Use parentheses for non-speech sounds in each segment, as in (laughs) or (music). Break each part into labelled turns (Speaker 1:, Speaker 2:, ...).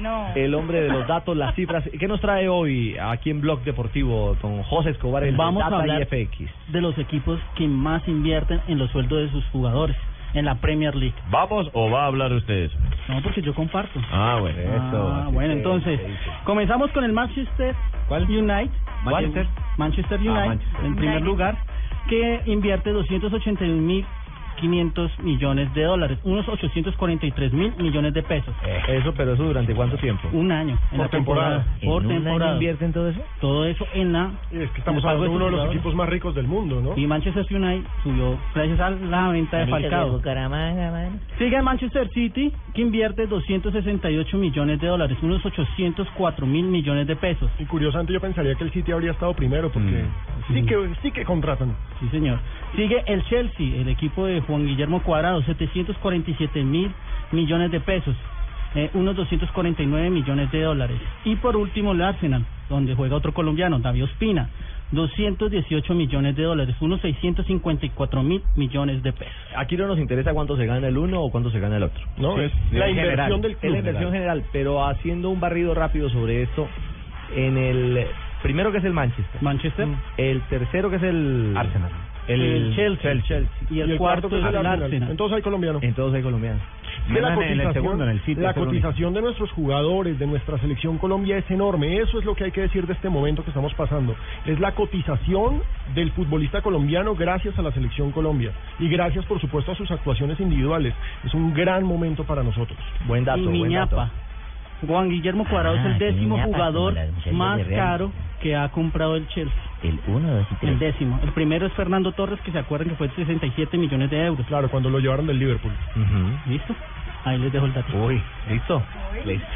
Speaker 1: No.
Speaker 2: El hombre de los datos, las cifras. ¿Qué nos trae hoy aquí en Blog Deportivo con José Escobar, el de
Speaker 3: Vamos a
Speaker 2: Data
Speaker 3: hablar-
Speaker 2: IFX?
Speaker 3: de los equipos que más invierten en los sueldos de sus jugadores en la Premier League.
Speaker 4: ¿Vamos o va a hablar usted eso?
Speaker 3: No, porque yo comparto.
Speaker 4: Ah, bueno.
Speaker 3: Ah, bueno, entonces, comenzamos con el Manchester United.
Speaker 2: Manchester.
Speaker 3: Manchester
Speaker 5: Ah,
Speaker 3: United,
Speaker 2: Manchester.
Speaker 3: en primer
Speaker 1: United.
Speaker 3: lugar, que invierte 281.500 millones de dólares, unos 843 mil millones de pesos.
Speaker 2: Eso, pero eso durante cuánto tiempo?
Speaker 3: Un año en la temporada. Por temporada.
Speaker 2: invierten todo eso?
Speaker 3: Todo eso en la.
Speaker 5: Y es que
Speaker 3: en el
Speaker 5: estamos
Speaker 3: pago
Speaker 5: hablando de
Speaker 3: sus
Speaker 5: uno de los
Speaker 3: jugadores.
Speaker 5: equipos más ricos del mundo, ¿no?
Speaker 3: Y Manchester United subió gracias a la venta de Falcao. Sigue el Manchester City, que invierte 268 millones de dólares, unos 804 mil millones de pesos.
Speaker 5: Y curiosamente yo pensaría que el City habría estado primero porque
Speaker 4: Mm.
Speaker 5: sí que sí que contratan.
Speaker 3: Sí, señor. Sigue el Chelsea, el equipo de Juan Guillermo Cuadrado, 747 mil millones de pesos, eh, unos 249 millones de dólares. Y por último, el Arsenal, donde juega otro colombiano, David Ospina, 218 millones de dólares, unos 654 mil millones de pesos.
Speaker 2: Aquí no nos interesa cuánto se gana el uno o cuánto se gana el otro.
Speaker 5: No, es la
Speaker 2: En general,
Speaker 5: inversión del
Speaker 2: Es
Speaker 5: club.
Speaker 2: la inversión general, pero haciendo un barrido rápido sobre esto, en el primero que es el Manchester, Mm.
Speaker 3: Manchester.
Speaker 2: el tercero que es el
Speaker 4: Arsenal.
Speaker 2: el,
Speaker 3: El Chelsea.
Speaker 2: el Chelsea.
Speaker 3: Y el, cuarto,
Speaker 5: que es el Arsenal.
Speaker 3: Arsenal.
Speaker 5: Entonces hay colombiano.
Speaker 2: Entonces hay colombianos.
Speaker 5: Que
Speaker 4: Menos Eh, en el segundo, en el City,
Speaker 5: la
Speaker 4: es el único.
Speaker 5: cotización de nuestros jugadores, de nuestra selección Colombia es enorme. Eso es lo que hay que decir de este momento que estamos pasando. Es la cotización del futbolista colombiano gracias a la selección Colombia y gracias por supuesto a sus actuaciones individuales. Es un gran momento para nosotros.
Speaker 2: Buen dato,
Speaker 3: y
Speaker 2: buen dato.
Speaker 3: Miñapa. Juan Guillermo Cuadrado es
Speaker 6: Ah,
Speaker 3: el
Speaker 6: que
Speaker 3: décimo
Speaker 6: Miñapa,
Speaker 3: jugador
Speaker 6: como la muchacha
Speaker 3: más
Speaker 6: de Real.
Speaker 3: caro que ha comprado el Chelsea.
Speaker 6: El 1, 2 y
Speaker 3: El
Speaker 6: 3.
Speaker 3: décimo. El primero es Fernando Torres, que se acuerdan que fue de 67 millones de euros.
Speaker 5: Claro, cuando lo llevaron del Liverpool.
Speaker 3: ¿Listo? Ahí les dejo el dato.
Speaker 2: Uy, listo.
Speaker 4: Listo.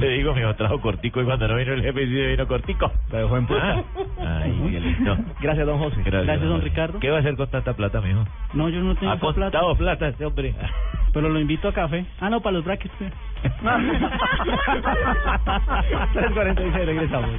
Speaker 4: Te digo, me lo trajo cortico y cuando no vino el jefe, sí vino cortico.
Speaker 2: Te dejó en puta.
Speaker 4: Ay, qué lindo.
Speaker 2: Gracias, don José.
Speaker 3: Gracias, don
Speaker 4: hombre.
Speaker 3: Ricardo.
Speaker 4: ¿Qué va a hacer con tanta plata, mijo?
Speaker 3: No, yo no tengo
Speaker 4: Ha
Speaker 3: esa plata,
Speaker 4: costado plata este
Speaker 2: (laughs)
Speaker 4: hombre.
Speaker 3: pero lo invito a café. Ah, no, para los brackets. (laughs) (laughs)
Speaker 2: 3.46, regresamos.